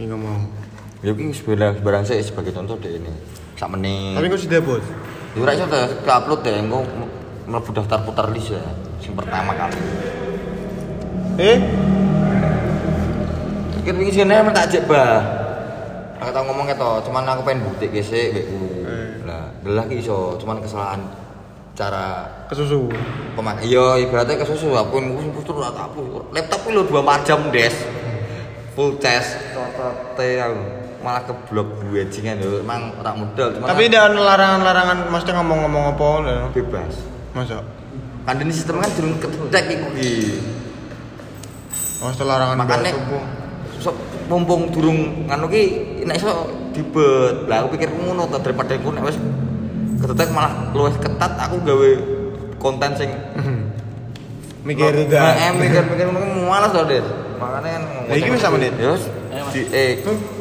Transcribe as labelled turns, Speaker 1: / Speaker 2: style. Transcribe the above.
Speaker 1: Ini ngomong.
Speaker 2: Ya iki wis barang barang sik sebagai contoh deh ini. Sak menit.
Speaker 1: Tapi kok sudah bos?
Speaker 2: Yo ra iso teh ke-upload deh engko mlebu daftar putar list ya. Sing pertama kali.
Speaker 1: Eh,
Speaker 2: Kit wingi sing nek tak jek bah. Aku tau ngomong keto, cuman aku pengen bukti ke sik wekku.
Speaker 1: Eh.
Speaker 2: Lah, delah ki iso, cuman kesalahan cara
Speaker 1: kesusu.
Speaker 2: pemak. Iya, ibaratnya kesusu aku ngurus putar ora tak upload. Laptop ki lho 24 jam, Des. Full test, totote aku malah keblok gue jingan lho, emang ora modal cuman
Speaker 1: Tapi ada larangan-larangan maksudnya ngomong-ngomong apa ngono.
Speaker 2: bebas.
Speaker 1: Masa?
Speaker 2: Kandani sistem kan durung ketek iku ki.
Speaker 1: Maksudnya larangan
Speaker 2: Makane
Speaker 1: bahas apa?
Speaker 2: sok mumpung durung nganu ki nek iso dibet. Lah aku pikir ngono to daripada aku nek wis ketetek malah luwih ketat aku gawe konten sing
Speaker 1: Mikir juga.
Speaker 2: Eh, mikir-mikir ngono ki malas to, Dit. Makane kan
Speaker 1: Lah, iki wis sak menit?
Speaker 2: Yo. Di eh
Speaker 1: Hmm?